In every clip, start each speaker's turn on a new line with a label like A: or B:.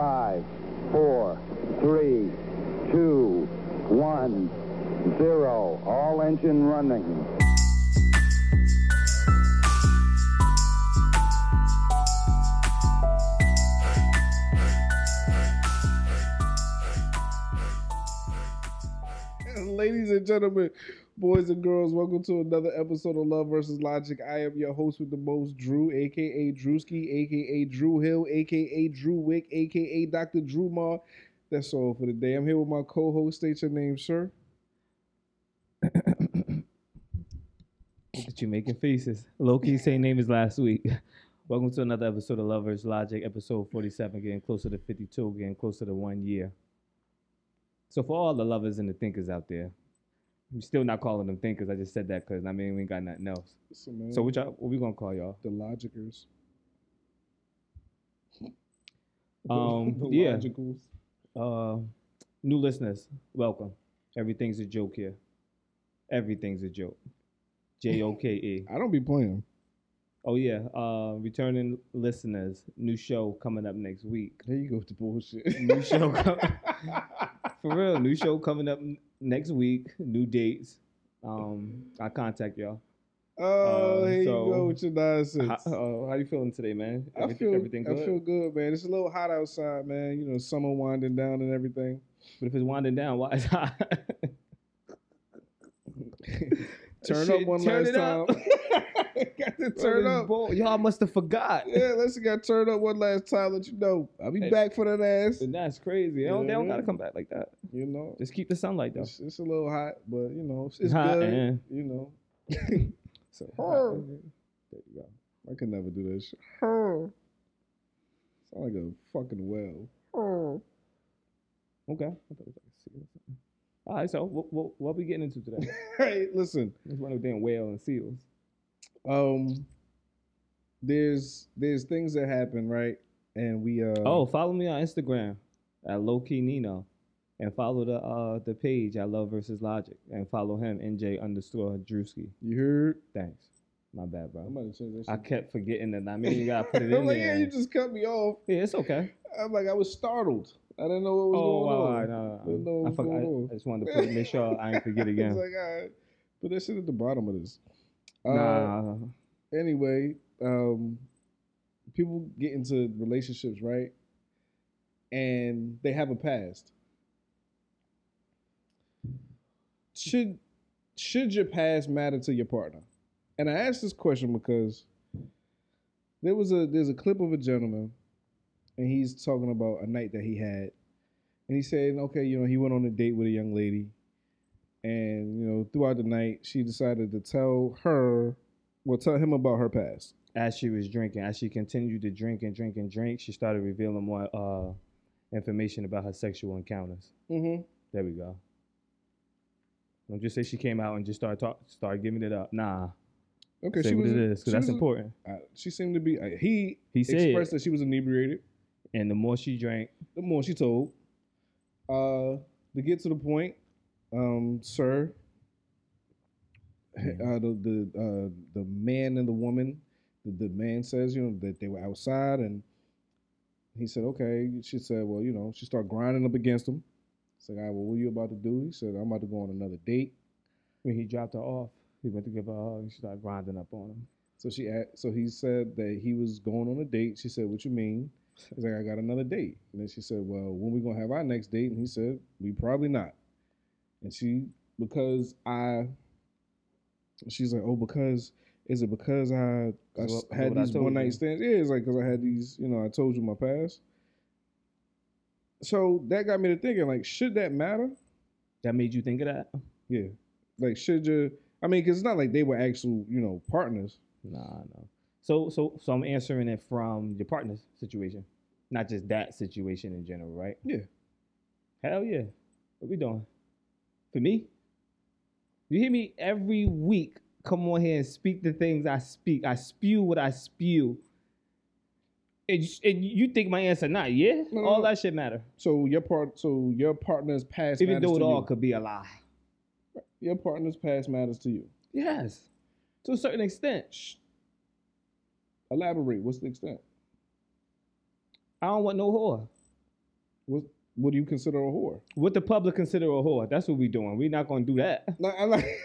A: five, four, three, two, one, zero. All engine running.
B: Ladies and gentlemen, boys and girls, welcome to another episode of Love versus Logic. I am your host with the most, Drew, aka Drewski, aka Drew Hill, aka Drew Wick, aka Dr. Drew Ma. That's all for today. I'm here with my co-host. State your name, sir.
C: Look at you making faces. Loki, same name as last week. Welcome to another episode of Lovers Logic, episode 47, getting closer to 52, getting closer to one year. So, for all the lovers and the thinkers out there, I'm still not calling them thinkers. I just said that because I mean, we ain't got nothing else. So, what, y'all, what we going to call y'all?
B: the logicers.
C: Um,
B: the
C: yeah.
B: logicals.
C: Uh, new listeners, welcome. Everything's a joke here. Everything's a joke. J O K E.
B: I don't be playing.
C: Oh, yeah. Uh, returning listeners, new show coming up next week.
B: There you go with the bullshit.
C: New show com- For real, new show coming up n- next week. New dates. Um, I contact y'all.
B: oh,
C: Uh,
B: here
C: so-
B: you go with your
C: How,
B: nonsense.
C: uh, how you feeling today, man?
B: I
C: Everyth-
B: feel
C: everything good.
B: I feel good, man. It's a little hot outside, man. You know, summer winding down and everything.
C: But if it's winding down, why is hot?
B: Turn
C: Shit,
B: up one
C: turn
B: last
C: it
B: time.
C: up.
B: got to turn
C: It's
B: up.
C: bull- Y'all must have forgot.
B: Yeah, let's got turned up one last time. Let you know, I'll be
C: Hey.
B: back for that ass.
C: And that's crazy. They don't, they don't
B: Yeah.
C: gotta come back like that.
B: You know,
C: Just keep the sunlight though.
B: it's, it's a little hot, but you know, it's, it's
C: Hot,
B: good.
C: eh.
B: You know,
C: So hot.
B: Her.
C: There you go.
B: I could never do that shit. Sound like a fucking well.
C: Okay. I thought it was like a seal or something. All right. So what what, what we getting into today?
B: hey, listen.
C: It's one of them damn whale and seals.
B: Um, there's there's things that happen, right? And we uh
C: Oh, follow me on Instagram at low key Nino, and follow the uh the page at Love versus Logic, and follow him NJ underscore Drewski.
B: you heard?
C: Thanks, my bad,
B: I'm
C: bro.
B: about to change that.
C: I
B: shit.
C: kept forgetting that. I mean, you gotta put it in
B: I'm like,
C: there.
B: yeah, you just cut me off.
C: Yeah, it's okay.
B: I'm like, I was startled. I didn't know what was
C: Oh,
B: going
C: wow,
B: on.
C: wow, no, no,
B: Didn't know
C: no.
B: what
C: I
B: was going on.
C: forgot. I just wanted to put, make sure I ain't forget
B: It's
C: again.
B: like, all right. Put that shit at the bottom of this. Uh,
C: Nah,
B: Anyway, um, people get into relationships, right? And they have a past. Should should your past matter to your partner? And I asked this question because there was a there's a clip of a gentleman, and he's talking about a night that he had, and he said, okay, you know, he went on a date with a young lady, and you know, throughout the night, she decided to tell her, well, tell him about her past.
C: as she was drinking, as she continued to drink and drink and drink, she started revealing more uh information about her sexual encounters.
B: Mm-hmm.
C: There we go. Don't just say she came out and just start talk, start giving it up. Nah,
B: Okay,
C: say
B: she
C: what
B: was.
C: it is
B: she
C: because that's
B: was-
C: important.
B: Uh, she seemed to be. Uh, he
C: He said,
B: expressed that she was inebriated.
C: and the more she drank,
B: The more she told, uh, to get to the point, um, sir,
C: Mm-hmm.
B: uh, the the uh, the man and the woman, the, the man says, you know, that they were outside, and he said, okay. She said, well, you know, she started grinding up against him. It's like, all right, well, what are you about to do? He said, I'm about to go on another date.
C: when he dropped her off, he went to give her a hug. and She started grinding up on him.
B: So she asked, so he said that he was going on a date. She said, "What you mean?" He's like, "I got another date." And then she said, "Well, when we gonna have our next date?" And he said, "We probably not." And she, because I, she's like, "Oh, because is it because I, I
C: Is what- is
B: had
C: what I
B: these
C: told
B: one
C: you."
B: night stands?" Yeah, it's like because I had these, you know, I told you my past. So that got me to thinking, like, should that matter?
C: That made you think of that?
B: Yeah, like, should you? I mean, because it's not like they were actual, you know, partners.
C: Nah, no. So, so, so I'm answering it from your partner's situation, not just that situation in general, right?
B: Yeah.
C: Hell yeah. What we doing? For me? You hear me every week come on here and speak the things I speak. I spew what I spew. And, you- and you think my answer not, yeah?
B: No, no,
C: all
B: no.
C: that shit matter.
B: So your part, so your partner's past
C: Even
B: matters
C: though it
B: to
C: all
B: you.
C: could be a lie.
B: Your partner's past matters to you.
C: Yes. To a certain extent. Sh-
B: Elaborate. What's the extent?
C: I don't want no whore.
B: What what do you consider a whore?
C: What the public consider a whore? That's what we doing. We're not gonna do that.
B: Like, I like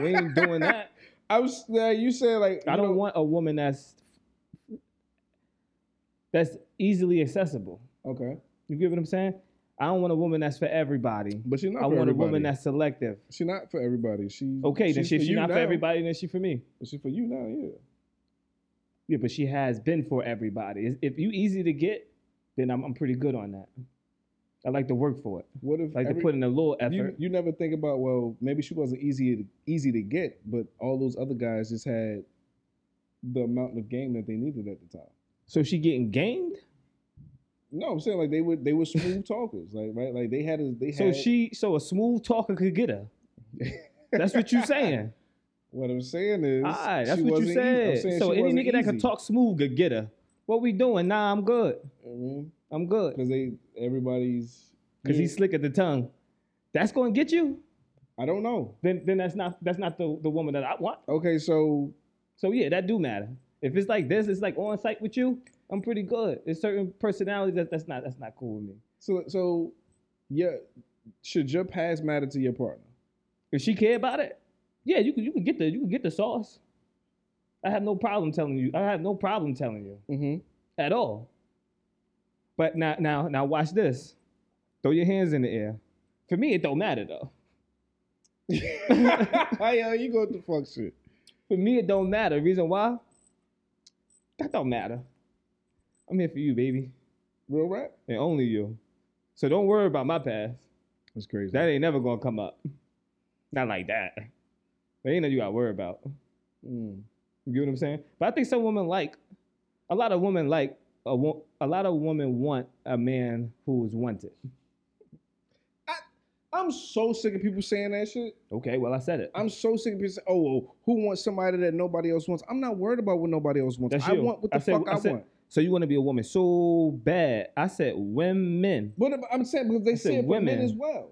C: We ain't doing that.
B: I was uh, you said like
C: I
B: you
C: don't
B: know-
C: want a woman that's that's easily accessible.
B: Okay.
C: You get what I'm saying? I don't want a woman that's for everybody.
B: But she's not
C: I
B: for
C: want
B: everybody.
C: a woman that's selective.
B: she's not for everybody. She
C: Okay, then
B: she's
C: she, if she's
B: you
C: not
B: now.
C: for everybody, then she for me.
B: She's for you now, yeah.
C: Yeah, but she has been for everybody. If- If you easy to get, then I'm, I'm pretty good on that. I like to work for it.
B: What if
C: I like
B: every-
C: to put in a little effort.
B: you, you never think about well maybe she wasn't easy to, easy to get, but all those other guys just had the amount of game that they needed at the time.
C: so she getting gained.
B: No, I'm saying like they were they were smooth talkers, like right, like they had a they
C: So
B: had.
C: she, so a smooth talker could get her. That's what you saying.
B: What I'm saying is,
C: Ah, that's
B: she
C: what
B: wasn't
C: you
B: easy. I'm
C: said.
B: saying
C: So
B: she
C: any
B: wasn't
C: nigga that can
B: easy.
C: talk smooth could get her. What we doing? Nah, I'm good.
B: I mean,
C: I'm good.
B: 'cause they everybody's
C: Cause he's slick at the tongue. That's gonna get you.
B: I don't know.
C: Then, then that's not that's not the, the woman that I want.
B: Okay, so
C: So yeah, that do matter. If it's like this, it's like on site with you. I'm pretty good. There's certain personalities that that's not that's not cool with me.
B: so so yeah, should your past matter to your partner?
C: If she care about it, yeah, you can you can get the you can get the sauce. I have no problem telling you. I have no problem telling you
B: Mm-hmm.
C: at all. But now now now watch this. Throw your hands in the air. For me, it don't matter though.
B: Yo, you go to fuck shit.
C: For me, it don't matter. Reason why? That don't matter. I'm here for you, baby,
B: Real rap?
C: and only you. So don't worry about my past.
B: That's crazy.
C: That ain't never gonna come up. Not like that. There ain't nothing you gotta worry about.
B: Mm.
C: You get what I'm saying? But I think some women like, a lot of women like, a, wo- a lot of women want a man who is wanted.
B: I'm so sick of people saying that shit.
C: Okay, well, I said it.
B: I'm so sick of people saying, "Oh, well, who wants somebody that nobody else wants?" I'm not worried about what nobody else wants.
C: That's
B: I
C: you.
B: want what the
C: I said-
B: fuck
C: I
B: I,
C: said-
B: want.
C: So you wanna be a woman so bad. I said women.
B: But if- I'm saying because they
C: said
B: say it for men
C: women.
B: as well.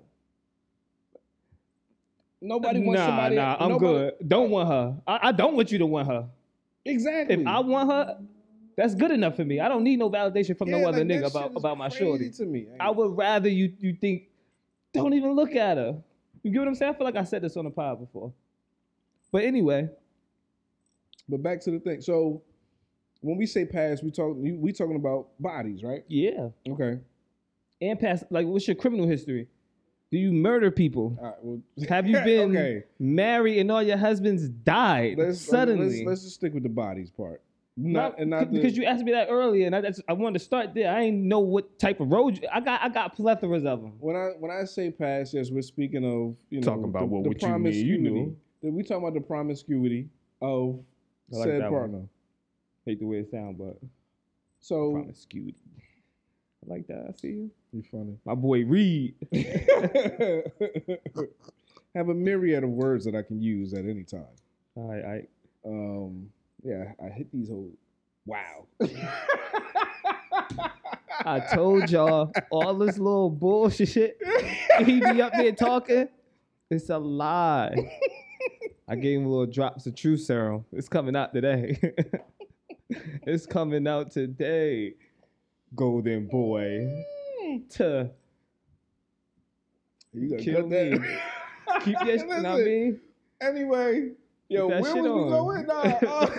B: Nobody wants
C: nah,
B: somebody.
C: nah, I'm
B: nobody-
C: good. Don't want her. I, I don't want you to want her.
B: Exactly.
C: If I want her, that's good enough for me. I don't need no validation from
B: Yeah,
C: no other
B: like,
C: nigga
B: that
C: about
B: shit is
C: about my
B: crazy
C: shorty.
B: To me,
C: I would rather you you think don't even look at her. You get what I'm saying? I feel like I said this on the pod before. But anyway,
B: but back to the thing. So when we say past, we talk you- we talking about bodies, right?
C: yeah.
B: Okay.
C: And past like what's your criminal history? Do you murder people?
B: All right. Well,
C: Have you been
B: okay?
C: married and all your husbands died
B: Let's,
C: suddenly?
B: let's, let's just stick with the bodies part. Not, and not
C: because
B: the,
C: you asked me that earlier, and I, that's, I wanted to start there. I didn't know what type of road you, I got. I got plethoras of them.
B: when I when I say past, yes, we're speaking of you know
C: Talking about
B: the,
C: what
B: the
C: would you mean, you
B: promiscuity.
C: know.
B: That we talking about the promiscuity of
C: I like
B: said
C: that one.
B: partner.
C: Hate the way it sound, but
B: So
C: promiscuity. I like that. I see you.
B: you funny.
C: My boy Reed.
B: have a myriad of words that I can use at any time.
C: All right, all right.
B: Um, yeah, I hit these whole. Wow.
C: I told y'all all this little bullshit. He be up there talking. It's a lie. I gave him a little drops of truth serum. It's coming out today. it's coming out today. Golden boy. To
B: you gotta
C: Kill
B: cut that.
C: me. keep your you know what I
B: Listen,
C: mean?
B: Anyway, yo,
C: that
B: where was
C: shit
B: we
C: on.
B: going? Nah, uh,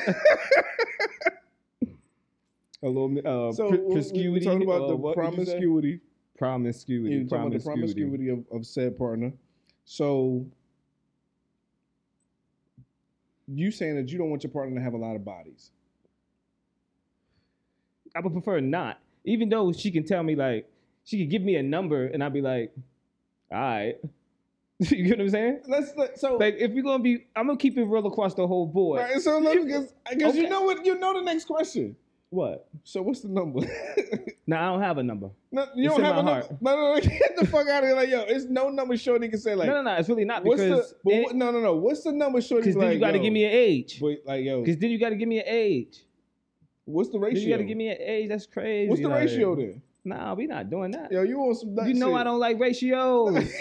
C: A little uh
B: so
C: pr-
B: we- we- we're
C: promiscuity.
B: talking
C: uh,
B: about the
C: what did you say?
B: promiscuity.
C: Promiscuity.
B: You're talking about the promiscuity of, of said partner. So you saying that you don't want your partner to have a lot of bodies.
C: I would prefer not. Even though she can tell me like she could give me a number and I'd be like, all right. you get what I'm saying?
B: Let's let, so
C: Like if you're gonna be I'm gonna keep it real across the whole board.
B: Right, so let because you
C: Okay.
B: know what you know the next question.
C: What?
B: So what's the number?
C: No, I don't have a number.
B: no, you
C: It's
B: don't
C: in
B: have a
C: my
B: number. No, no, no, get the fuck out of here! Like yo, it's no number shorty can say like.
C: no, no, no. It's really not
B: What's
C: because
B: the? But
C: it-
B: what, no, no, no. What's the number shorty?
C: 'cause then
B: like,
C: you gotta
B: yo,
C: give me an age.
B: But like yo,
C: Because then you gotta give me an age.
B: what's the
C: Then
B: ratio?
C: you gotta give me an age. That's crazy.
B: what's the
C: like-
B: ratio then?
C: Nah, we not doing that.
B: Yo, you want some? nut
C: you know
B: shit.
C: I don't like ratios.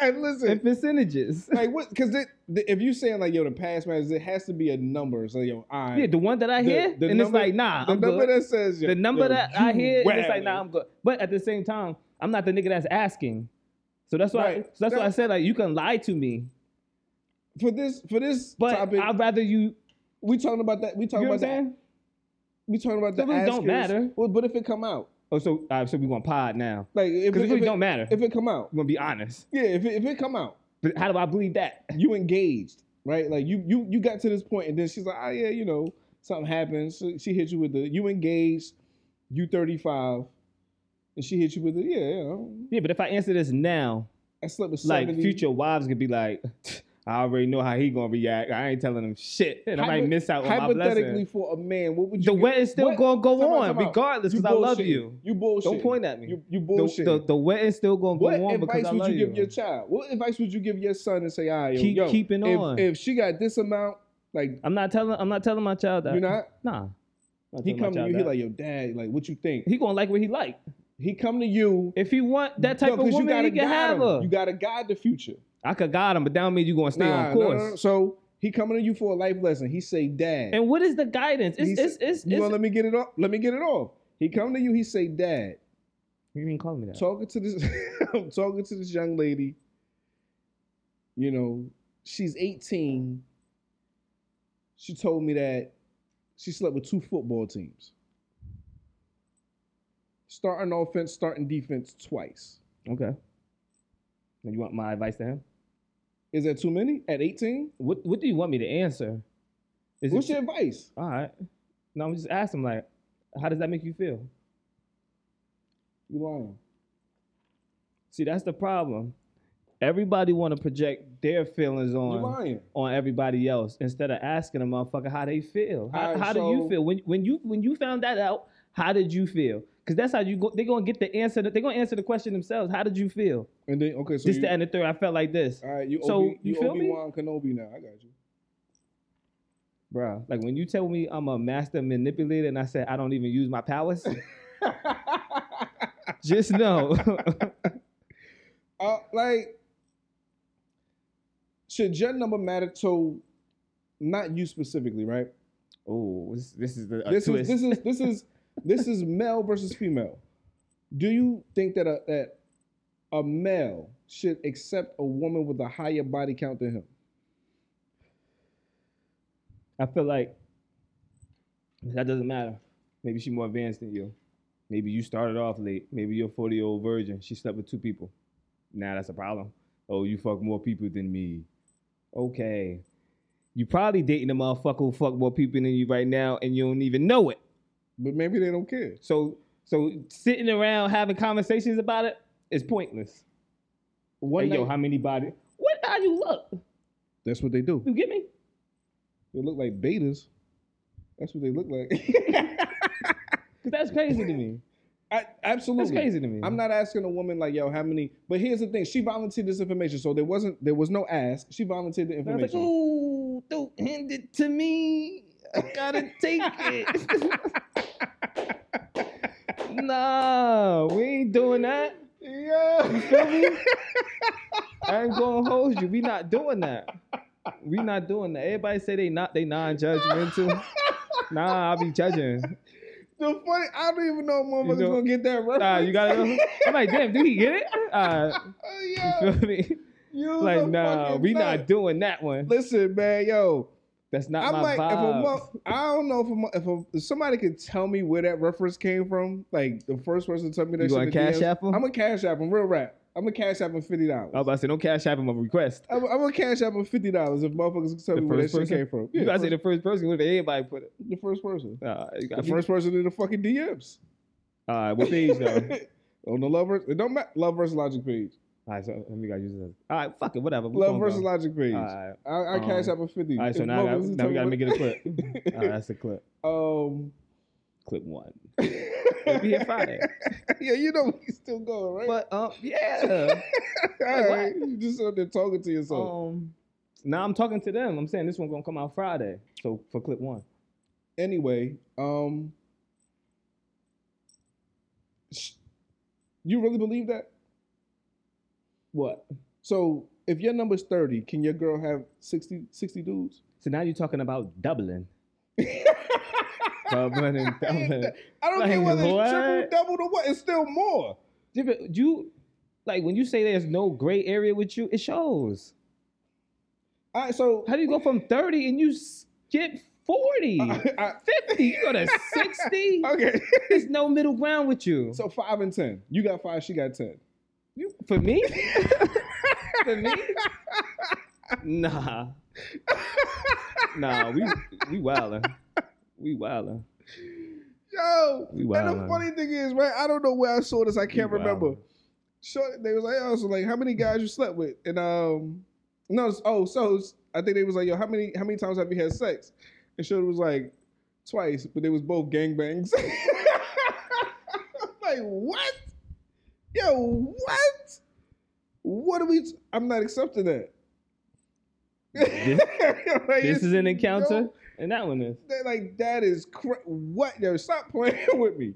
B: Hey, listen.
C: and percentages.
B: like what? Because if you saying like yo, the past matters, it has to be a number. So yo, I
C: Yeah, the one that I
B: The-
C: hear,
B: the
C: and
B: number-
C: it's like, nah,
B: the
C: I'm
B: number
C: good.
B: that says yo,
C: the number
B: yo,
C: that I
B: you
C: hear, and it's like,
B: wildin'.
C: nah, I'm good. But at the same time, I'm not the nigga that's asking. So that's why.
B: Right.
C: So that's why I
B: That-
C: said like, you can lie to me,
B: for this for this
C: but
B: topic.
C: I'd rather you.
B: we talking about that. We
C: You
B: talking
C: know what I'm
B: about that.
C: saying?
B: We talking about
C: That
B: the
C: really don't
B: askers.
C: matter.
B: Well, but if it come out,
C: Oh, so uh, so we gonna pod now
B: like if
C: because it
B: if
C: really don't matter.
B: If it come out,
C: I'm gonna be honest.
B: yeah. If it, if it come out,
C: But how do I believe that?
B: you engaged, right? Like you you you got to this point, and then she's like, oh yeah, you know, something happens. So she hit you with the you engaged, you thirty five, and she hit you with the yeah. You know,
C: Yeah, but if I answer this now,
B: I slept with
C: like
B: 70.
C: future wives could be like, I already know how he gonna react. I ain't telling him shit, and I might
B: Hypo-
C: miss out on my
B: Hypothetically,
C: blessing.
B: for a man, what would you?
C: The
B: get-
C: wet is still
B: What?
C: gonna go
B: Time out,
C: on
B: time out.
C: regardless because I love
B: bullshitting.
C: you.
B: You bullshit.
C: Don't point at me.
B: You, you
C: The,
B: bullshit.
C: the, the wet is still gonna go
B: what
C: on because
B: advice
C: I
B: would
C: love
B: you give your child? What advice would you give your son and say, "Ah, yo,
C: Keep-
B: yo,
C: keeping
B: if,
C: on."
B: If she got this amount, like
C: I'm not telling. I'm not telling my child that.
B: you're not,
C: Nah. I'm not
B: he
C: telling my
B: come to
C: child
B: you. He
C: that.
B: like, yo, dad, like, what you think?
C: he gonna like what he like.
B: He come to you.
C: If he want that type
B: yo,
C: of
B: 'cause you
C: woman,
B: gotta
C: he can
B: guide
C: have
B: him.
C: her.
B: You got to guide the future.
C: I could guide him, but that don't mean you gonna stay
B: nah,
C: on
B: no, no,
C: course.
B: no. So he coming to you for a life lesson. He say, dad,
C: And what is the guidance? It's
B: He
C: it's
B: said-
C: it's.
B: you
C: it's
B: gonna let me get it off? Let me get it off. He come to you. He say, dad.
C: you didn't call me that.
B: talking to this I'm talking to this young lady. You know, she's 18. She told me that she slept with two football teams. Starting offense, starting defense twice.
C: Okay. And you want my advice to him?
B: Is that too many at 18?
C: What What do you want me to answer? Is
B: What's
C: it,
B: your advice?
C: all right? No, I'm just asking. Like, how does that make you feel?
B: You lying.
C: See, that's the problem. Everybody want to project their feelings
B: You
C: on
B: lying.
C: on everybody else instead of asking a motherfucker how they feel. How,
B: Alright,
C: how do you
B: so-
C: feel when when you when you found that out? How did you feel? Because that's how you go. They're gonna get the answer. They're gonna answer the question themselves. How did you feel?
B: And then okay, so
C: this,
B: you,
C: that, and the third. I felt like this,
B: all right, you
C: So,
B: Obi,
C: you
B: you,
C: feel me?
B: Obi Wan Kenobi now. I got you.
C: Bruh. Like when you tell me I'm a master manipulator, and I said I don't even use my powers. just know.
B: Uh, like, should your number matter? So, not you specifically, right?
C: oh, this, this is the a
B: this is
C: twist.
B: this is this is this is male versus female. Do you think that a that a male should accept a woman with a higher body count than him?
C: I feel like that doesn't matter. Maybe she's more advanced than you. Maybe you started off late. Maybe you're a 40 year old virgin. She slept with two people. Now that's a problem. Oh, you fuck more people than me. Okay. You probably dating a motherfucker who fuck more people than you right now and you don't even know it.
B: But maybe they don't care.
C: So so sitting around having conversations about it is pointless.
B: One
C: hey yo,
B: night-
C: how many body what how you look?
B: that's what they do.
C: You get me?
B: They look like betas. That's what they look like.
C: Cause that's crazy to me.
B: I, absolutely,
C: That's crazy to me.
B: I'm not asking a woman like, yo, how many? But here's the thing: she volunteered this information, so there wasn't, there was no ask. She volunteered the
C: I was like,
B: information.
C: ooh, don't hand it to me. I gotta take it. nah, we ain't doing that.
B: yeah.
C: I ain't gonna hold you. We not doing that. We not doing that. Everybody say they not they non-judgmental. nah, I be judging.
B: the funny, I don't even know if motherfuckers
C: know-
B: gonna get that reference.
C: Nah, you gotta know. I'm like, damn, do he get it? Uh,
B: Oh,
C: you
B: yeah.
C: feel me?
B: You
C: Like,
B: the
C: nah,
B: fucking
C: we
B: nut.
C: not doing that one.
B: Listen, man, yo,
C: That's not
B: I'm
C: my
B: like, if a
C: vibe.
B: mo- I don't know if a, mo- if, a, if somebody could tell me where that reference came from, like the first person to tell me that
C: You
B: shit
C: gonna
B: in the
C: Cash
B: DMs,
C: App 'em? Oh.
B: I'm gonna cash app him, real rap. I'm gonna cash app him fifty dollars.
C: I was about to say, don't cash app him a request.
B: I'm, I'm gonna cash out for fifty dollars if motherfuckers can tell
C: The
B: me where that
C: first
B: shit
C: person?
B: came from.
C: you
B: Yeah,
C: gotta
B: first,
C: say the first person. What if everybody put it?
B: the first person,
C: Uh, you
B: the
C: got
B: first person in the fucking DMs
C: All right, what page though? All
B: on the lovers. It don't matter. Love versus logic page.
C: right, so let me gotta use this. All right, fuck it, whatever. we
B: Love
C: gonna
B: versus
C: go.
B: logic page.
C: All right, Um,
B: I, I cash out for fifty.
C: all right. So
B: if
C: now, I got,
B: motherfuckers can
C: now
B: tell
C: we gotta
B: me
C: make it a clip. all right, that's the clip.
B: what- um.
C: Clip one. We'll be here Friday.
B: yeah, you know we still going, right?
C: But um, yeah.
B: All right, you just out there talking to yourself.
C: um, now I'm talking to them. I'm saying this one gonna come out Friday. So for clip one,
B: anyway, um, sh- you really believe that?
C: what?
B: So if your number's 30, can your girl have 60, 60 dudes?
C: So now you're talking about doubling. doubling and doubling.
B: I don't care
C: Like,
B: whether
C: what?
B: it's triple, double, or what. It's still more.
C: Different- You like when you say there's no gray area with you, it shows.
B: All right, so
C: How do you go from 30 and you skip 40?
B: I-
C: 50? You go to 60?
B: okay,
C: There's no middle ground with you.
B: so five and ten. You got five. She got ten.
C: You- for me? for me? Nah. Nah, we we wildin'. We wildin'.
B: Yo,
C: We
B: and the
C: wildin'.
B: funny thing is, right? I don't know where I saw this. I can't
C: We
B: remember.
C: wildin'.
B: Short, they was like, oh, so like, how many guys you slept with? And um, no, it's- oh, so it's- I think they was like, yo, how many how many times have you had sex? And Short was like, twice, but they was both gangbangs. I'm like, what? Yo, what? What are we? T- I'm not accepting that.
C: This,
B: Like,
C: this
B: it's-
C: is an encounter,
B: no,
C: and that one is.
B: that- like that is cra- what? Yo, stop playing with me.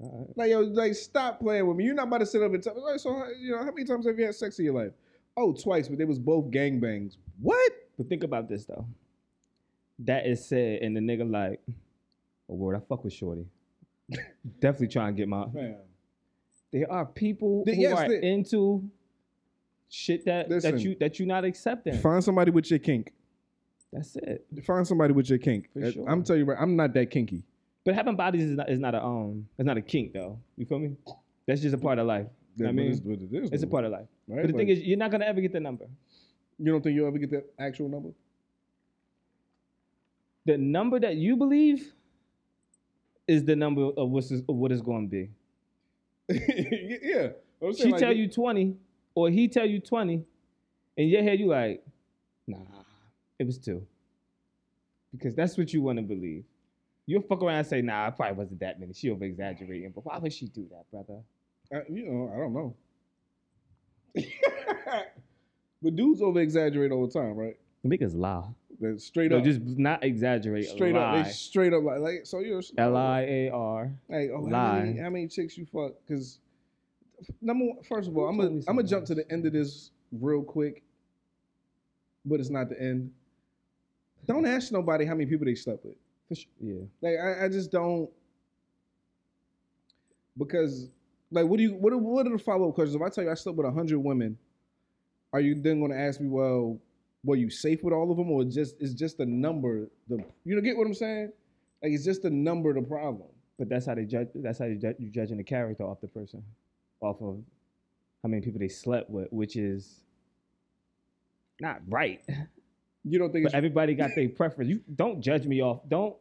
C: All right.
B: Like yo, like stop playing with me. You're not about to sit up and tell me. Like, so how- you know, how many times have you had sex in your life? Oh, twice, but they was both gangbangs. What?
C: But think about this though. That is said, and the nigga like, oh word, I fuck with Shorty. Definitely trying to get my.
B: Man,
C: There are people
B: Th-
C: who
B: yes,
C: are
B: th-
C: into shit that
B: Listen.
C: that you that you're not accepting.
B: find somebody with your kink.
C: That's it.
B: Find somebody with your kink.
C: For
B: Uh,
C: sure.
B: I'm telling you, right, I'm not that kinky.
C: But having bodies is not is not a um it's not a kink though. You feel me? That's just a part of life. I
B: But
C: mean,
B: it's, but it is,
C: It's a
B: though,
C: part of life.
B: right?
C: But the thing
B: Like,
C: is, you're not gonna ever get the number.
B: you don't think you'll ever get the actual number?
C: The number that you believe is the number of what's of what it's gonna be.
B: yeah. I'm saying,
C: She
B: like,
C: tell you twenty, or he tell you twenty, and your head you like, nah, it was two. Because that's what you want to believe. You'll fuck around and say, nah, it probably wasn't that many. She over exaggerating, but why would she do that, brother?
B: I, you know, I don't know. but dudes over exaggerate all the time, right?
C: Niggas lie.
B: They're straight
C: No,
B: up,
C: just not exaggerate.
B: straight up, they straight up like, like so. You know,
C: L I A R.
B: Like, oh, How,
C: Lie.
B: many, how many chicks you fuck? Because number one, first of all, I'm
C: Who told
B: gonna
C: me
B: I'm gonna
C: something
B: jump to
C: else?
B: the end of this real quick, but it's not the end. Don't ask nobody how many people they slept with.
C: For sure. Yeah.
B: Like, I, I just don't because like, what do you what are, what are the follow up questions? If I tell you I slept with hundred women, are you then gonna ask me, well, were you safe with all of them, or just is just the number the you know get what I'm saying? Like, it's just the number the problem.
C: But that's how they judge. That's how you judge, you judging the character off the person, off of how many people they slept with, which is not right.
B: You don't think
C: But
B: it's
C: everybody got their preference. You don't judge me off. Don't,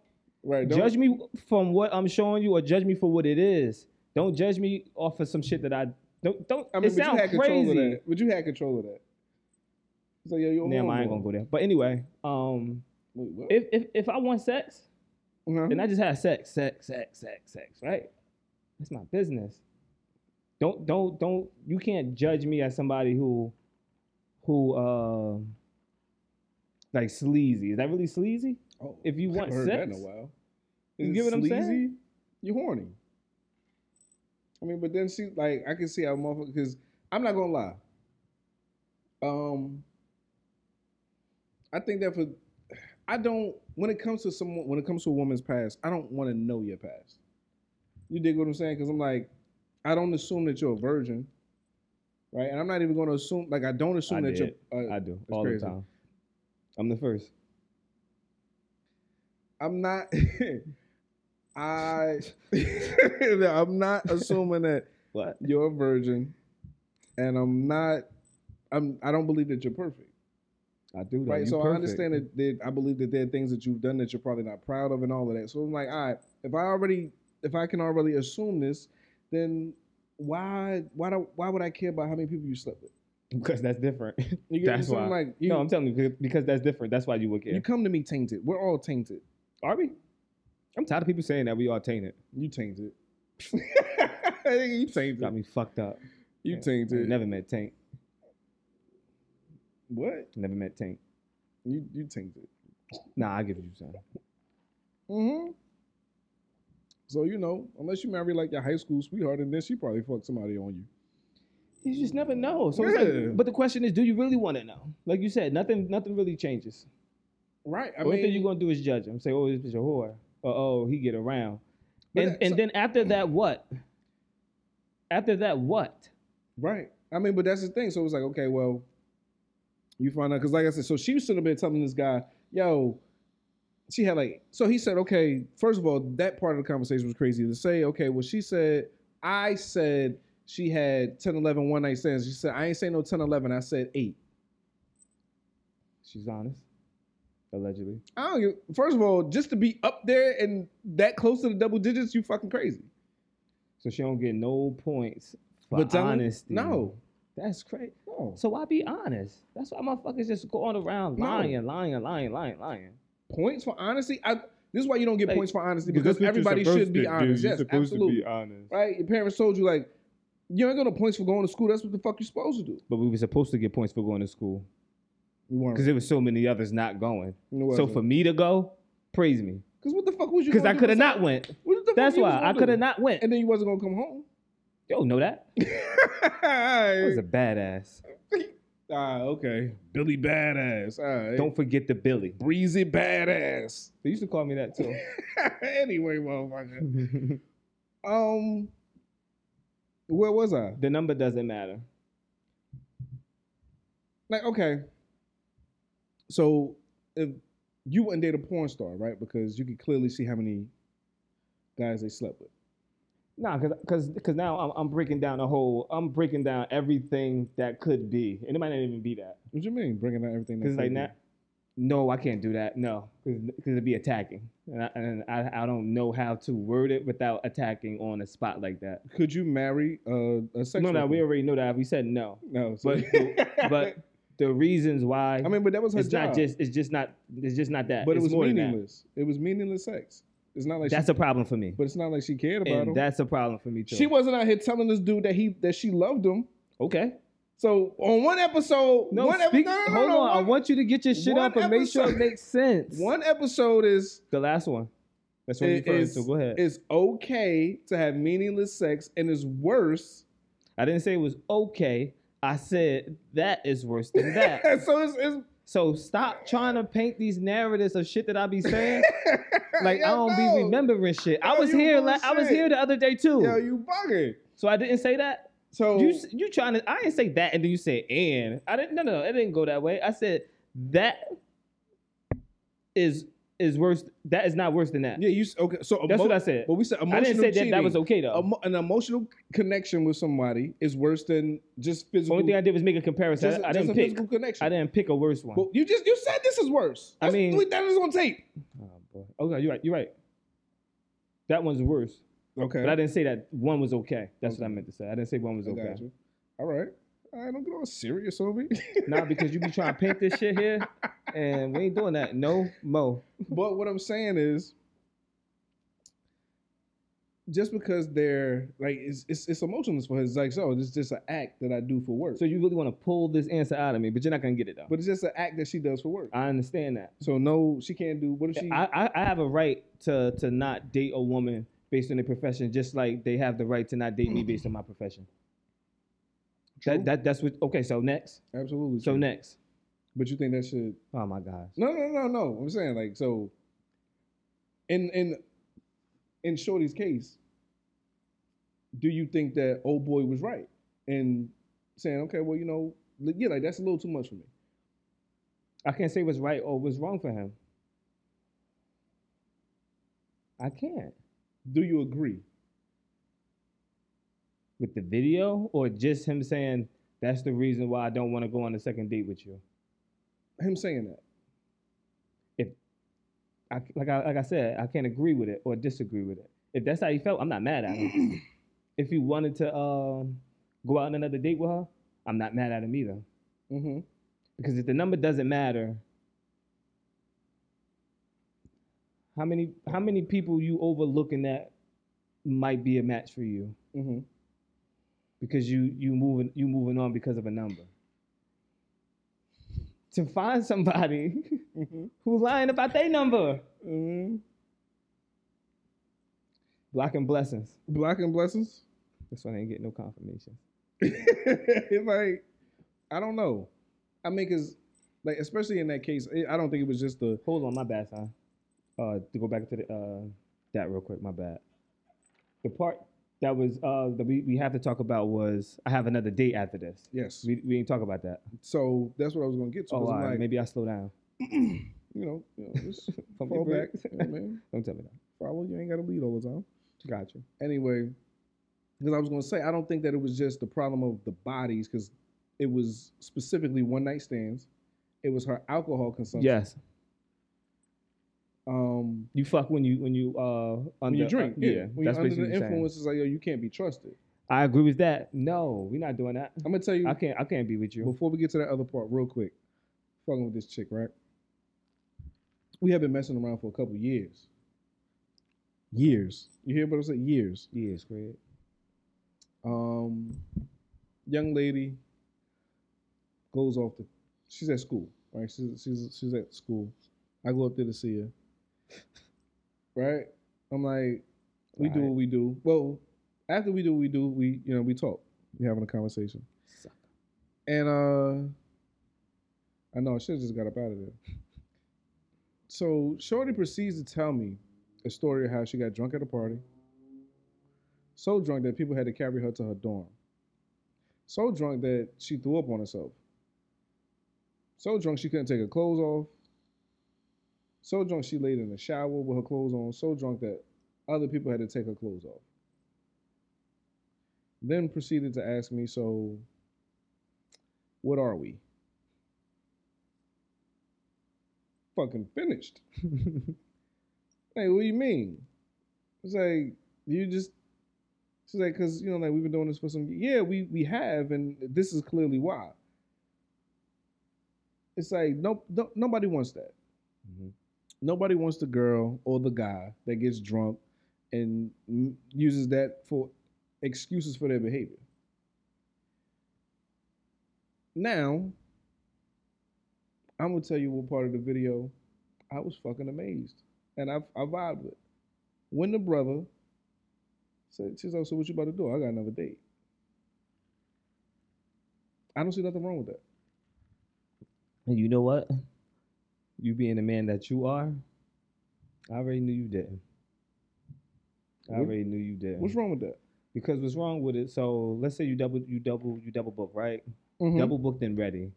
B: right? Don't,
C: judge me from what I'm showing you, or judge me for what it is. Don't judge me off of some shit that I don't. Don't.
B: I mean,
C: it
B: but you
C: sounds
B: had control of
C: crazy.
B: that. But you had control of that. So yeah, you're a
C: Damn, I ain't
B: homeboy.
C: gonna go there. But anyway, um,
B: Wait, what?
C: if if if I want sex,
B: Uh-huh.
C: And I just had sex, sex, sex, sex, sex, right? That's my business. Don't don't don't you can't judge me as somebody who who um like sleazy. Is that really sleazy?
B: Oh,
C: if you
B: I
C: want
B: haven't heard that in
C: sex,
B: a while.
C: you
B: Is
C: get what I'm saying?
B: sleazy? You're horny. I mean, but then see, like, I can see how motherfuckers. Because I'm not gonna lie. Um, I think that for, I don't. When it comes to someone, when it comes to a woman's past, I don't want to know your past. You dig what I'm saying? Because I'm like, I don't assume that you're a virgin, right? And I'm not even going to assume. Like, I don't assume
C: I
B: that
C: did.
B: you're. Uh,
C: I do all
B: crazy.
C: the time. I'm the first.
B: I'm not. I. I'm not assuming that
C: What?
B: you're a virgin, and I'm not. I'm. I don't believe that you're perfect,
C: I do that.
B: right?
C: You
B: so I
C: perfect.
B: understand that. There, I believe that there are things that you've done that you're probably not proud of, and all of that. So I'm like, all right, if I already, if I can already assume this, then why, why do, why would I care about how many people you slept with?
C: because that's different.
B: You get what I'm
C: that's
B: saying?
C: why.
B: Like, you,
C: no, I'm telling you because- because that's different. That's why you would
B: you
C: care.
B: come to me tainted. We're all tainted.
C: Are we? I'm tired of people saying that we all tainted.
B: You tainted. you tainted.
C: Got me fucked up.
B: You
C: Yeah.
B: tainted.
C: Never met Tank.
B: What?
C: Never met Tank.
B: You you tainted.
C: Nah, I give you some.
B: Mm-hmm. So you know, unless you marry like your high school sweetheart, and then she probably fucked somebody on you.
C: You just never know. So it's
B: Yeah.
C: like, but the question is, do you really want to know? Like you said, nothing, nothing really changes.
B: Right. I
C: The only
B: mean,
C: thing you're gonna do is judge him. Say, oh, this bitch a whore. Or, oh, he get around.
B: But
C: and
B: that-
C: and
B: so-
C: then after that, what? After that, what?
B: Right. I mean, but that's the thing. So it was like, okay, well, you find out because, like I said, so she should have been telling this guy, yo, she had like, so he said, okay, first of all, that part of the conversation was crazy to say, okay, well, she said, I said she had 10, 11 one night stands. She said, I ain't say no 10, 11. I said eight.
C: She's honest, allegedly.
B: I don't give, first of all, just to be up there and that close to the double digits, you fucking crazy.
C: So she don't get no points for
B: But telling-
C: honesty.
B: No.
C: that's crazy.
B: No.
C: So why be honest? That's why motherfuckers just go on around
B: No.
C: lying, lying, lying, lying, lying.
B: Points for honesty? I, this is why you don't get
C: Like,
B: points for honesty
D: Because that's
B: because
D: what you're
B: everybody
D: supposed
B: should
D: to
B: be
D: do.
B: honest.
D: You're
B: Yes,
D: supposed
B: absolutely.
D: to be honest.
B: right? Your parents told you like, you ain't got no points for going to school. That's what the fuck you're supposed to do.
C: But we were supposed to get points for going to school
B: You weren't.
C: because there was so many others not going.
B: It wasn't.
C: So for me to go, praise me
B: Because what the fuck was you?
C: because I
B: gonna do
C: could have
B: besides-
C: not went.
B: What the fuck
C: That's
B: you was
C: why
B: gonna
C: I
B: do?
C: could have not went.
B: And then you wasn't gonna come home.
C: Yo, know that? I was a badass.
B: ah, okay. Billy badass. All right.
C: Don't forget the Billy.
B: breezy badass.
C: They used to call me that too.
B: anyway, motherfucker. Um, where was I?
C: the number doesn't matter.
B: Like, okay. So if you wouldn't date a porn star, right? Because you could clearly see how many guys they slept with.
C: Nah, cause, cause, 'cause now I'm, I'm breaking down a whole. I'm breaking down everything that could be, and it might not even be that.
B: What you mean? Bringing out everything.
C: Cause
B: that's
C: like
B: creepy?
C: that, no, I can't do that. No, cause, 'cause it'd be attacking, and, I, and I, I don't know how to word it without attacking on a spot like that.
B: Could you marry uh, a sex?
C: no, no,
B: worker?
C: we already know that. We said no,
B: no. so-
C: but but the reasons why
B: I mean, but that was her
C: it's
B: job.
C: not just it's just not it's just not that.
B: but it
C: It's
B: was
C: more than that.
B: meaningless. It was meaningless sex. It's not like
C: That's
B: she,
C: a problem for me.
B: but it's not like she cared about him.
C: and that's a problem for me too.
B: she wasn't out here telling this dude that he that she loved him.
C: okay.
B: So on one episode,
C: No,
B: one
C: speak,
B: episode. No, no,
C: hold
B: no,
C: on. I
B: One,
C: want you to get your shit
B: one
C: up and make sure it
B: episode-
C: makes sense.
B: one episode is
C: the last one. That's what you
B: it
C: first.
B: is
C: So go ahead.
B: It's okay to have meaningless sex, and it's worse.
C: I didn't say it was okay. I said that is worse than that.
B: so it's, it's
C: so stop trying to paint these narratives of shit that I be saying. Like I
B: no.
C: don't be remembering shit. I
B: Yo,
C: was
B: you
C: here.
B: full
C: La-
B: of
C: I was
B: shit.
C: here the other day too.
B: yo, you bugging.
C: so I didn't say that.
B: So
C: You s- you trying to? I didn't say that, and then you said and. I didn't. No, no, no, it didn't go that way. I said that is is worse. That is not worse than that.
B: yeah, you s- okay? So
C: That's what
B: emo-
C: I said.
B: But we said emotional
C: I didn't say
B: cheating.
C: that that was okay though.
B: Emo- an emotional c- connection with somebody is worse than just physical.
C: Only thing I did was make a comparison.
B: just,
C: I, I
B: just
C: didn't
B: a
C: pick.
B: physical connection.
C: I didn't pick a worse one.
B: Well, you just you said this is worse.
C: I
B: That's-
C: mean-
B: we- that is on tape.
C: oh, boy. Okay, you're right. You're right. That one's worse.
B: Okay,
C: But I didn't say that one was okay. That's what I meant to say. I didn't say one was
B: I
C: okay.
B: got you. All right, I don't get all serious on me.
C: Nah, because you be trying to paint this shit here, and we ain't doing that. No mo.
B: but what I'm saying is, just because they're like it's it's, it's emotionless for his like so it's just an act that I do for work.
C: So you really want to pull this answer out of me, but you're not gonna get it though.
B: but it's just an act that she does for work.
C: I understand that.
B: So no, she can't do. What if she?
C: I, I, I have a right to to not date a woman based on their profession, just like they have the right to not date me based on my profession.
B: True.
C: That, that that's what. Okay, so next.
B: absolutely.
C: So
B: true.
C: next.
B: But you think that should
C: Oh my gosh.
B: No, no, no, no. I'm saying like so. In in in Shorty's case, do you think that old boy was right in saying, okay, well, you know, li- yeah, like that's a little too much for me.
C: I can't say what's right or what's wrong for him. I can't.
B: Do you agree?
C: With the video or just him saying that's the reason why I don't want to go on a second date with you.
B: Him saying that.
C: I, like I like I said, I can't agree with it or disagree with it. If that's how he felt, I'm not mad at him. if he wanted to um, go out on another date with her, I'm not mad at him either.
B: Mm-hmm.
C: Because if the number doesn't matter, how many how many people you overlooking that might be a match for you?
B: Mm-hmm.
C: because you you moving you moving on because of a number. To find somebody who lying about their number,
B: Mm-hmm.
C: blocking blessings.
B: Black and blessings.
C: That's why I didn't get no confirmation.
B: like, I don't know. I mean, cause like especially in that case, it, I don't think it was just the
C: Hold on, my bad, son. Uh, to go back to the, uh, that real quick, my bad. The part that was uh, that we, we have to talk about was I have another date after this.
B: yes.
C: We, we didn't talk about that.
B: So that's what I was gonna get to.
C: Oh,
B: 'cause I'm
C: all right,
B: like,
C: maybe I slow down.
B: you know, you know just
C: Don't
B: fall back.
C: get brave.
B: you know what I mean?
C: Don't tell me that.
B: Follow. You ain't got to lead all the time.
C: Got you.
B: anyway, because I was gonna say I don't think that it was just the problem of the bodies, because it was specifically one night stands. It was her alcohol consumption.
C: Yes,
B: Um,
C: you fuck when you when you uh under,
B: when you drink,
C: uh,
B: yeah. When you're
C: that's
B: under
C: basically
B: the
C: what you're saying.
B: influence, it's like yo, you can't be trusted.
C: I agree with that. No, we're not doing that.
B: I'm gonna tell you
C: I can't I can't be with you.
B: before we get to that other part, real quick. Fucking with this chick, right? We have been messing around for a couple years. Years. You hear what I'm saying? Years.
C: Yeah, it's great.
B: um, young lady goes off to she's at school right she's, she's she's at school i go up there to see her right i'm like we do
C: Right.
B: what we do well after we do what we do we you know we talk we having a conversation
C: Suck.
B: and uh i know i should have just got up out of there so shorty proceeds to tell me a story of how she got drunk at a party so drunk that people had to carry her to her dorm. So drunk that she threw up on herself. So drunk she couldn't take her clothes off. So drunk she laid in the shower with her clothes on. So drunk that other people had to take her clothes off. Then proceeded to ask me, so what are we? Fucking finished. Like, what do you mean? It's like, you just She's like, because you know, like we've been doing this for some. Yeah, we we have, and this is clearly why. It's like nope, no, nobody wants that.
C: Mhm.
B: Nobody wants the girl or the guy that gets drunk and m- uses that for excuses for their behavior. Now, I'm gonna tell you what part of the video I was fucking amazed, and I I vibed with when the brother so she's like, so what you about to do? I got another date. I don't see nothing wrong with that.
C: And you know what? You being the man that you are, I already knew you didn't. I
B: What-
C: already knew you didn't.
B: What's wrong with that?
C: Because what's wrong with it? So let's say you double, you double, you double book, right?
B: Mhm.
C: Double booked and ready.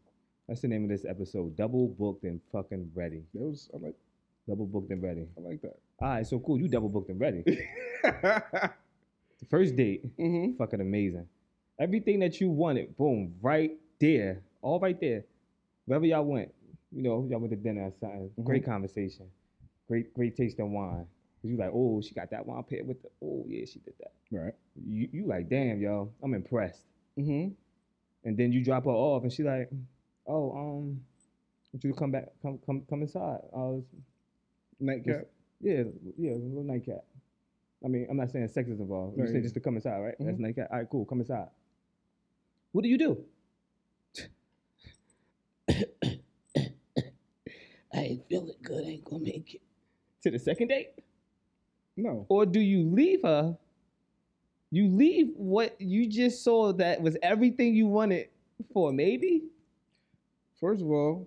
C: That's the name of this episode. Double booked and fucking ready.
B: That was I like
C: Double booked and ready.
B: I like that.
C: All right, so cool. You double booked and ready. First date,
B: mm-hmm.
C: fucking amazing. Everything that you wanted, boom, right there, all right there. Wherever y'all went, you know, y'all went to dinner or something.
B: Mm-hmm.
C: Great conversation, great, great taste in wine. Cause you like, oh, she got that wine paired with the, oh yeah, she did that.
B: Right.
C: You, you like, damn, yo, I'm impressed.
B: Mm-hmm.
C: And then you drop her off, and she like, "Oh, um, would you come back? Come, come, come inside." Uh,
B: Nightcap.
C: yeah, yeah, a little nightcap. I mean, I'm not saying sex is involved. You
B: Right,
C: said
B: yeah.
C: just to come inside, right? Mm-hmm. That's nightcap. All right, cool. Come inside. What do you do?
D: I ain't feeling good. I ain't gonna make it.
C: To the second date,
B: No.
C: or do you leave her? You leave what you just saw that was everything you wanted for maybe.
B: First of all,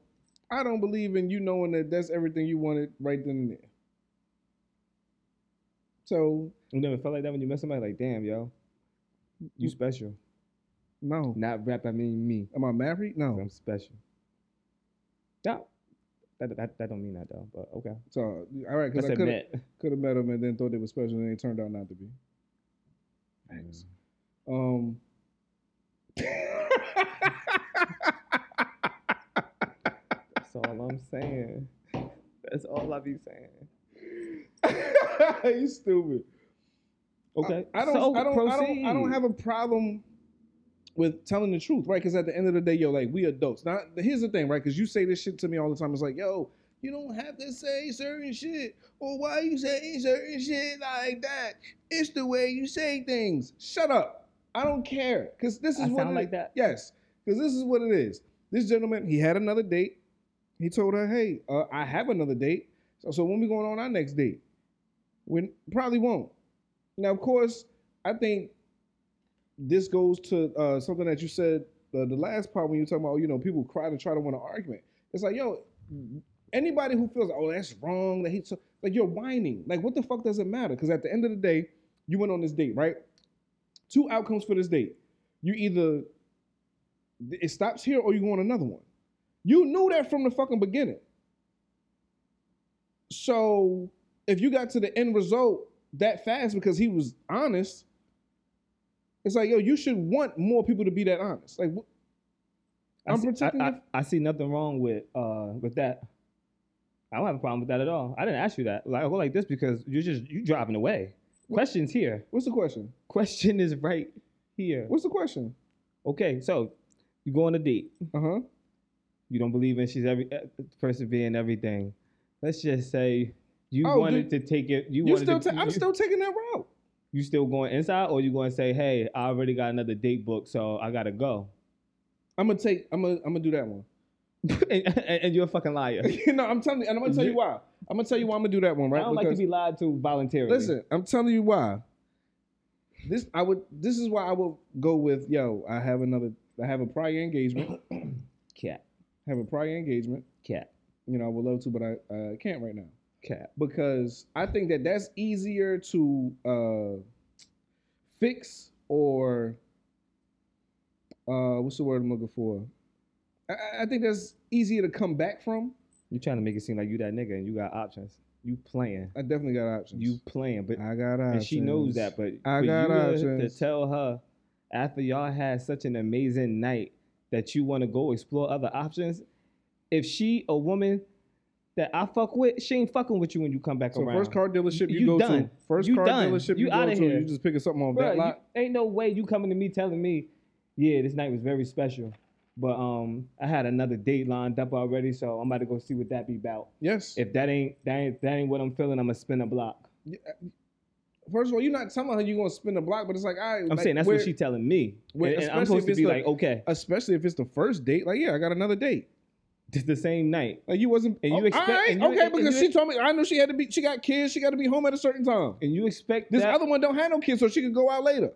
B: I don't believe in you knowing that that's everything you wanted right then and there. So
C: You never felt like that when you met somebody like, "Damn, yo, you special."
B: no.
C: Mm. Not rap. I mean me.
B: Am I married?
C: So
B: No.
C: I'm special. No, that, that that don't mean that though. But okay,
B: So all right,
C: let's
B: because I could
C: admit.
B: have could have met them and then thought they were special and they turned out not to be.
C: Thanks.
B: Um.
C: That's all I'm saying. That's all I be saying.
B: you stupid.
C: Okay,
B: I, I don't.
C: So
B: I don't. I don't. I
C: proceed.
B: don't have a problem with telling the truth, right? Because at the end of the day, yo, like we adults. Now, here's the thing, right? Because you say this shit to me all the time. It's like, yo, you don't have to say certain shit, or why you saying certain shit like that? It's the way you say things. Shut up. I don't care. Because this is
C: I
B: what
C: sound
B: it
C: like
B: is.
C: that?
B: Yes. Because this is what it is. This gentleman, he had another date. He told her, hey, uh, I have another date. So, so when we going on our next date? We probably won't. Now, of course, I think this goes to uh, something that you said uh, the last part when you were talking about, you know, people cry to try to win an argument. It's like, yo, anybody who feels, oh, that's wrong, that he took, like you're whining. Like, what the fuck does it matter? Because at the end of the day, you went on this date, right? Two outcomes for this date. You either it stops here or you want another one. You knew that from the fucking beginning. So if you got to the end result that fast because he was honest, it's like, yo, you should want more people to be that honest. Like, wh-
C: I
B: I'm
C: see- I-
B: protecting
C: I,
B: you.
C: I see nothing wrong with uh with that. I don't have a problem with that at all. I didn't ask you that. Like I go like this because you're just you driving away. Question's here.
B: what's the question?
C: Question is right here.
B: What's the question?
C: Okay, so you go on a date.
B: Uh huh.
C: You don't believe in she's every eh, person being everything. Let's just say you
B: Oh,
C: wanted to take it. You,
B: You
C: wanted
B: still?
C: to,
B: Ta- I'm
C: you-
B: still taking that route.
C: You still going inside, or you going to say, "Hey, I already got another date book, so I gotta go,"
B: I'm gonna take. I'm gonna. I'm gonna do that one.
C: and, and, and you're a fucking liar.
B: no, I'm telling you, and I'm gonna tell you why. I'm gonna tell you why I'm gonna do that one. Right?
C: I don't like
B: Because-
C: to be lied to voluntarily.
B: Listen, I'm telling you why. This I would. This is why I would go with yo. I have another. I have a prior engagement.
C: cat,
B: have a prior engagement.
C: cat,
B: You know, I would love to, but I uh, can't right now
C: cat.
B: because I think that that's easier to uh, fix or uh, what's the word I'm looking for? I- I, I think that's easier to come back from.
C: You trying to make it seem like you that nigga and you got options. You playing,
B: I definitely got options.
C: you playing, but
B: I got options.
C: and she knows that. But
B: I
C: for
B: got
C: you to- to
B: options.
C: tell her after y'all had such an amazing night that you want to go explore other options, if she a woman that I fuck with, she ain't fucking with you when you come back
B: So
C: around.
B: first car dealership you,
C: You
B: go
C: done.
B: to, first
C: You
B: car
C: done.
B: dealership you,
C: You
B: go
C: outta
B: to,
C: here.
B: you just picking something off
C: Bruh,
B: that
C: you-
B: lot.
C: ain't no way you coming to me telling me, yeah, this night was very special. But um, I had another date lined up already, so I'm about to go see what that be about.
B: Yes.
C: If that ain't that ain't that ain't what I'm feeling, I'm gonna spin a block.
B: First of all, you're not telling her you're gonna spin the block, but it's like, all right,
C: I'm
B: like,
C: saying that's what
B: where-
C: she telling me,
B: where-
C: and, and
B: especially
C: I'm supposed to
B: if
C: be
B: it's
C: like,
B: the-
C: okay,
B: Especially if it's the first date, like, yeah, I got another date.
C: it's the same night.
B: Like you wasn't.
C: And you
B: oh,
C: expect-
B: all right,
C: and you-
B: okay,
C: and
B: because
C: you-
B: she told me I knew she had to be. She got kids. She got to be home at a certain time.
C: and you expect
B: This
C: that,
B: other one don't have no kids, so she could go out later.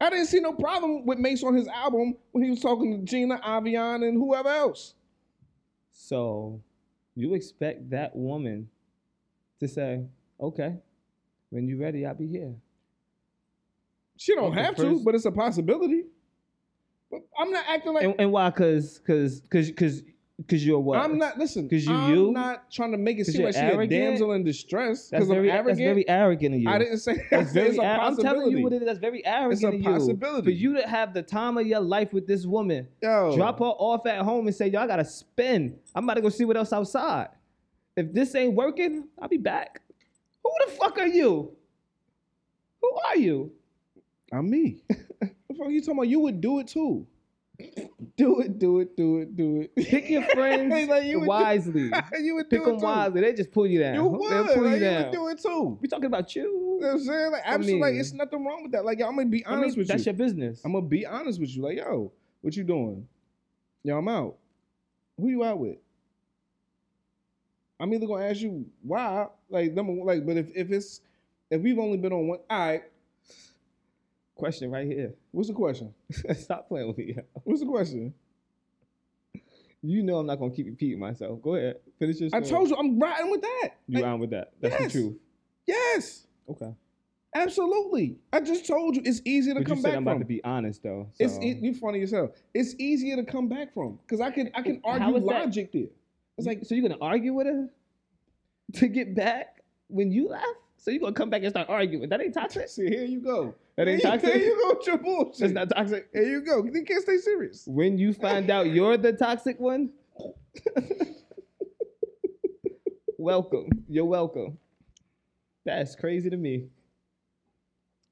B: I didn't see no problem with Mace on his album when he was talking to Gina, Avian, and whoever else.
C: so you expect that woman to say, okay, when you ready, I'll be here.
B: She don't
C: Okay,
B: have to,
C: first-
B: but it's a possibility. But I'm not acting like
C: And, and why? Cause, cause, cause, cause, cause you're what?
B: I'm not listen.
C: 'Cause you
B: I'm
C: you?
B: not trying to make it
C: 'Cause
B: seem
C: you're
B: like she a
C: arrogant?
B: damsel in distress
C: That's
B: because I'm
C: very,
B: arrogant.
C: that's very arrogant of you.
B: I didn't say that.
C: That's very.
B: it's a
C: ar- I'm
B: possibility.
C: telling you what it is. That's very arrogant
B: It's a
C: of you.
B: possibility. Oh.
C: For you to have the time of your life with this woman,
B: Yo,
C: drop her off at home and say, "Y'all gotta spin. I'm about to go see what else outside. If this ain't working, I'll be back." Who the fuck are you? Who are you?
B: I'm me. what the fuck you talking about? You would do it too. Do it, do it, do it, do it.
C: Pick your friends
B: Like, you would do-
C: wisely.
B: you would do
C: Pick
B: it
C: them
B: too.
C: wisely. They just pull you down.
B: You would.
C: They'll pull
B: like,
C: you down.
B: would do it too.
C: we talking about you.
B: You know what I'm saying? Like, absolutely. like,
C: mean-
B: it's nothing wrong with that. Like, yo, I'm going to be
C: I mean,
B: honest with
C: that's
B: you.
C: your business.
B: I'm going to be honest with you. Like, yo, what you doing? Yo, I'm out. Who you out with? I'm either going to ask you why, like, number one, like, but if, if it's, if we've only been on one, all right,
C: question right here.
B: what's the question?
C: Stop playing with me.
B: What's the question?
C: You know I'm not gonna keep repeating myself. Go ahead, finish your.
B: I
C: Story.
B: told you, I'm riding with that.
C: you
B: Like,
C: round with that. That's
B: yes.
C: the truth.
B: yes.
C: Okay.
B: Absolutely. I just told you it's easy to
C: But
B: come
C: you said
B: back
C: I'm
B: from.
C: about to be honest though. So.
B: it's e- you funny yourself. It's easier to come back from because I can I can
C: How
B: argue
C: is that-
B: logic there.
C: It's like so you're gonna argue with her to get back when you left. So you're gonna come back and start arguing. That ain't toxic.
B: See, here you go.
C: That ain't
B: Here you-
C: toxic?
B: There you go with your bullshit.
C: It's not toxic.
B: There you go. They can't stay serious.
C: When you find out you're the toxic one, welcome. You're welcome. That's crazy to me.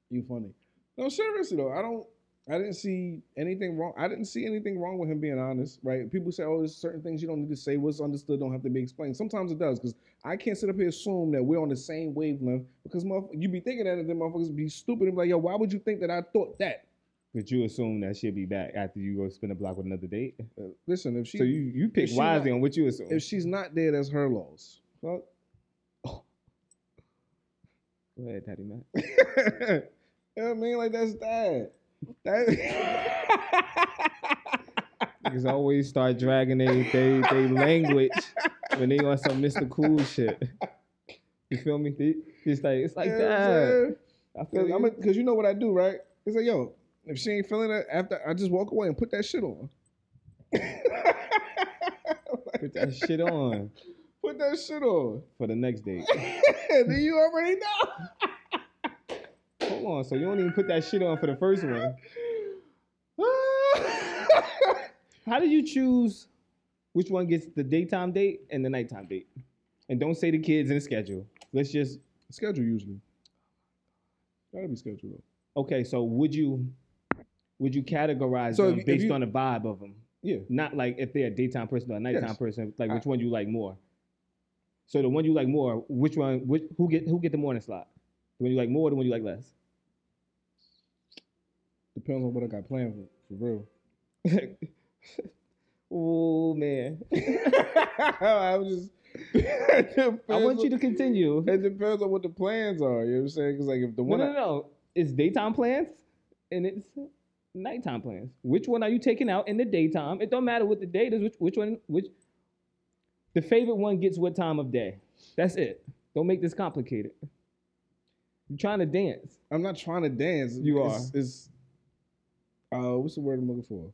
B: You funny. No, seriously though. I don't. I didn't see anything wrong. I didn't see anything wrong with him being honest, right? People say, "Oh, there's certain things you don't need to say. What's understood don't have to be explained." Sometimes it does, because I can't sit up here and assume that we're on the same wavelength. Because motherf- you be thinking that, and then motherfuckers be stupid and be like, "Yo, why would you think that I thought that?"
C: But you assume that she'll be back after you go spend a block with another date.
B: Uh, listen, if she
C: So you you pick
B: If she
C: wisely
B: not-
C: on what you assume.
B: if she's not there, that's her loss. Well,
C: Go ahead, Daddy Matt.
B: you know what I mean, like that's that. That-
C: Niggas always start dragging they they, they language when they on some Mr. Cool shit. You feel me? They- It's like it's like
B: You know what I'm
C: that.
B: saying?
C: I feel
B: Cause,
C: you.
B: I'm a, Cause you know what I do, right? It's like, yo, if she ain't feeling it, after I just walk away and put that shit on.
C: put that shit on
B: Put that shit on.
C: for the next date.
B: then you already know.
C: Hold on, so you don't even put that shit on for the first one. How did you choose which one gets the daytime date and the nighttime date? And don't say the kids in the schedule. Let's just
B: schedule usually. Gotta be scheduled though.
C: okay. So would you would you categorize
B: So if
C: them
B: you- if
C: based
B: you-
C: on the vibe of them?
B: Yeah.
C: Not like if they're a daytime person or a nighttime
B: Yes.
C: person. Like
B: I-
C: which one you like more? So the one you like more, which one? Which, who get who get the morning slot? The one you like more, or the one you like less?
B: Depends on what I got planned for, for real.
C: oh man,
B: I was just.
C: I want you to continue.
B: It depends on what the plans are. You know what I'm saying? Because like if the
C: No,
B: one,
C: no, no, no. It's daytime plans and it's nighttime plans. Which one are you taking out in the daytime? It don't matter what the date is. Which which one? Which the favorite one gets what time of day? That's it. Don't make this complicated. You're trying to dance.
B: I, am not trying to dance.
C: You
B: It's, it's uh, what's the word I'm looking for?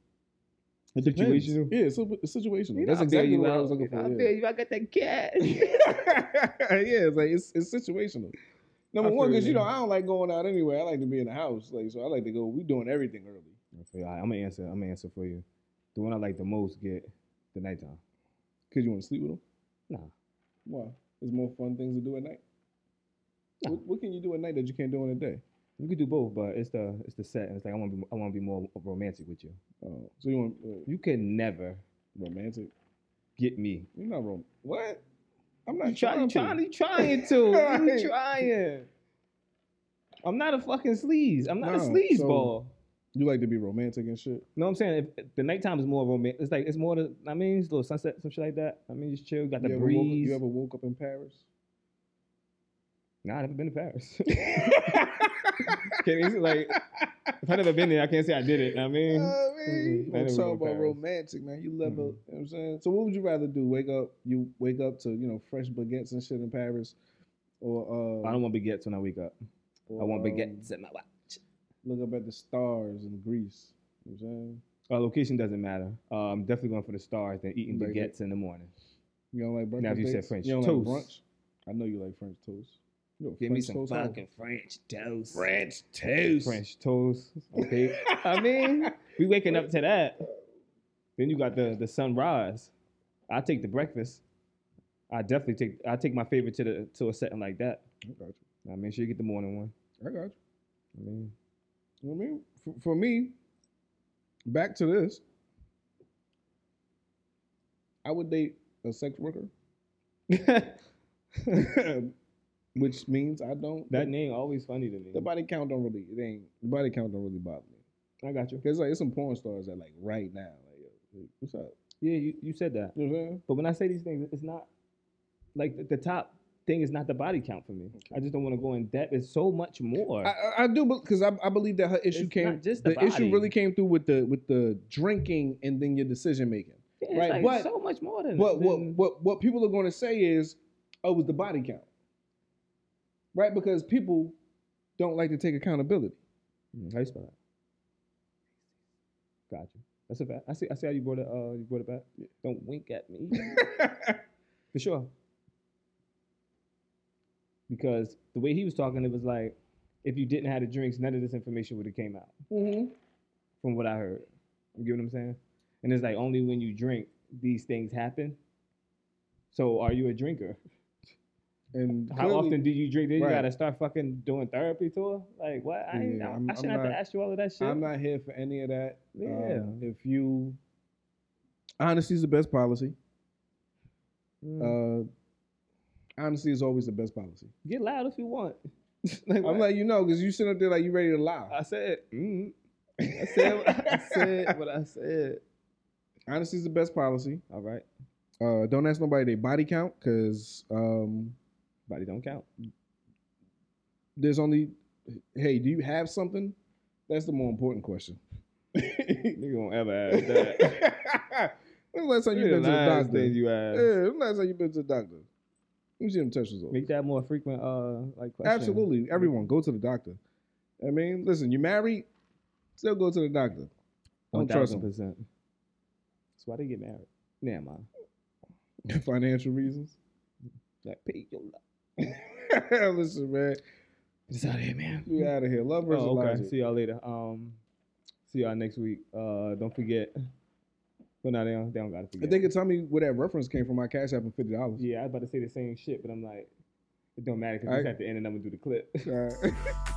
C: The
B: Depends. Yeah, it's, a, it's situational.
C: You know,
B: That's
C: I feel
B: exactly
C: you
B: what I
C: out.
B: was looking
C: I
B: for.
C: feel
B: Yeah.
C: you. I got that cat.
B: yeah, it's like it's it's situational. Number
C: I
B: one,
C: feel
B: because you
C: you.
B: know I don't like going out anyway. I like to be in the house. Like so, I like to go. We doing everything early.
C: I'm gonna answer. I'm gonna answer for you. The one I like the most get the nighttime.
B: Cause you want to sleep with them.
C: Nah.
B: Why? There's more fun things to do at night.
C: Nah.
B: What, what can you do at night that you can't do in the day?
C: You could do both, but it's the it's the set, and it's like I want to be I want to be more romantic with you.
B: Oh, so you want uh,
C: You can never
B: romantic?
C: get me.
B: You're not wrong. What? I'm not
C: You try, you
B: trying.
C: trying,
B: to.
C: you trying to, you trying. I'm not a fucking sleaze. I'm not a
B: No,
C: sleaze
B: so-
C: ball.
B: You like to be romantic and shit.
C: You know what I'm saying? If, if the nighttime is more romantic. It's like it's more. The, I mean, it's a little sunset, some shit like that. I mean, just chill. Got the
B: you, ever woke,
C: breeze.
B: you ever woke up in Paris?
C: Nah, I never been to Paris. Can't even, like, if I never been there, I can't say I did it. I mean,
B: I mean, you want
C: Mm-mm. I never
B: to
C: go
B: talk about
C: Paris.
B: romantic, man. You level,
C: Mm-mm.
B: you know what I'm saying? So what would you rather do? Wake up, you wake up to, you know, fresh baguettes and shit in Paris or uh
C: I don't want baguettes when I wake up. I
B: or,
C: want
B: um,
C: baguettes in my watch.
B: Look up at the stars in Greece. You know what I'm saying?
C: Uh, location doesn't matter. Uh, I'm definitely going for the stars and eating
B: Bacon.
C: baguettes in the morning.
B: You don't like brunch?
C: Now, if you said
B: dates?
C: French
B: you don't
C: toast.
B: like brunch? I know you like French toast. You know,
C: Give me
B: French
C: some
B: toast
C: fucking
D: French toast.
B: French toast.
C: French toast. Okay. I mean, we waking up to that. Then you got the the sunrise. I take the breakfast. I definitely take I take my favorite to the to a setting like that.
B: I got you.
C: I make sure you get the morning one.
B: I got you.
C: I mean,
B: You know what I mean? For, for me, back to this, I would date a sex worker, which means I don't.
C: that name always funny to me.
B: the body count don't really. It ain't the body count don't really bother me.
C: I got you.
B: Cause like it's some porn stars that like right now. Like, yo, what's up?
C: Yeah, you, you said that.
B: You know what I'm saying?
C: But when I say these things, it's not like the, the top thing is not the body count for me. I just don't want to go in depth. It's so much more.
B: I, I, I do because I, I believe that her issue
C: It's
B: came.
C: not just the
B: issue
C: body.
B: really came through with the with the drinking and then your decision making.
C: Yeah, it's
B: right,
C: like
B: but-
C: so much more than
B: What what
C: than-
B: what what people are going to say is, oh, it was the body count, right? Because people don't like to take accountability.
C: Mm, How you spell that? Gotcha. That's a fact. I see. I see how you brought it. Uh, you brought it back. Don't wink at me. For sure. Because the way he was talking, it was like, if you didn't have the drinks, none of this information would have came out. Mm-hmm.
B: Mhm.
C: From what I heard, you get what I'm saying? And it's like only when you drink these things happen. So are you a drinker?
B: And
C: How
B: clearly-
C: often do you drink? Then
B: Right.
C: you gotta start fucking doing therapy to her. Like what? I, ain't,
B: Yeah,
C: I,
B: I'm-
C: I shouldn't
B: I'm
C: have to
B: not-
C: ask you all of that shit.
B: I'm not here for any of that. Um,
C: Yeah.
B: if you honesty is the best policy.
C: Mm.
B: Uh, honesty is always the best policy.
C: Get loud if you want.
B: I'm letting you know because you sit up there like you ready to lie.
C: I said, mm. I said, what I said what I said.
B: honesty is the best policy.
C: All right,
B: Uh, don't ask nobody their body count because um,
C: body don't count.
B: there's only hey do you have something That's the more important question.
E: Nigga won't ever ask
B: When's
E: that.
B: the last time you
E: Nigga
B: been to the
E: lying
B: doctor?
E: things you
B: yeah,
E: ask.
B: when's the last time you been to the doctor? Let me see them test results.
C: Make that more frequent, uh, like question.
B: Absolutely, everyone go to the doctor. I mean, listen, you married, still go to the doctor.
C: One
B: Don't trust
C: thousand
B: them.
C: percent. That's why they get married. Never mind.
B: Financial reasons.
C: Like, pay your love.
B: listen, man,
C: It's out here, man.
B: we out of here. Love versus
C: Oh, okay.
B: logic.
C: See y'all later. Um, see y'all next week. Uh, don't forget. Well, no, they don't. They don't gotta forget.
B: If they could tell me where that reference came from, my cash app and fifty dollars.
C: yeah, I was about to say the same shit, but I'm like, it don't matter because
B: I-
C: it's at the end, and I'm gonna do the clip.
B: All right.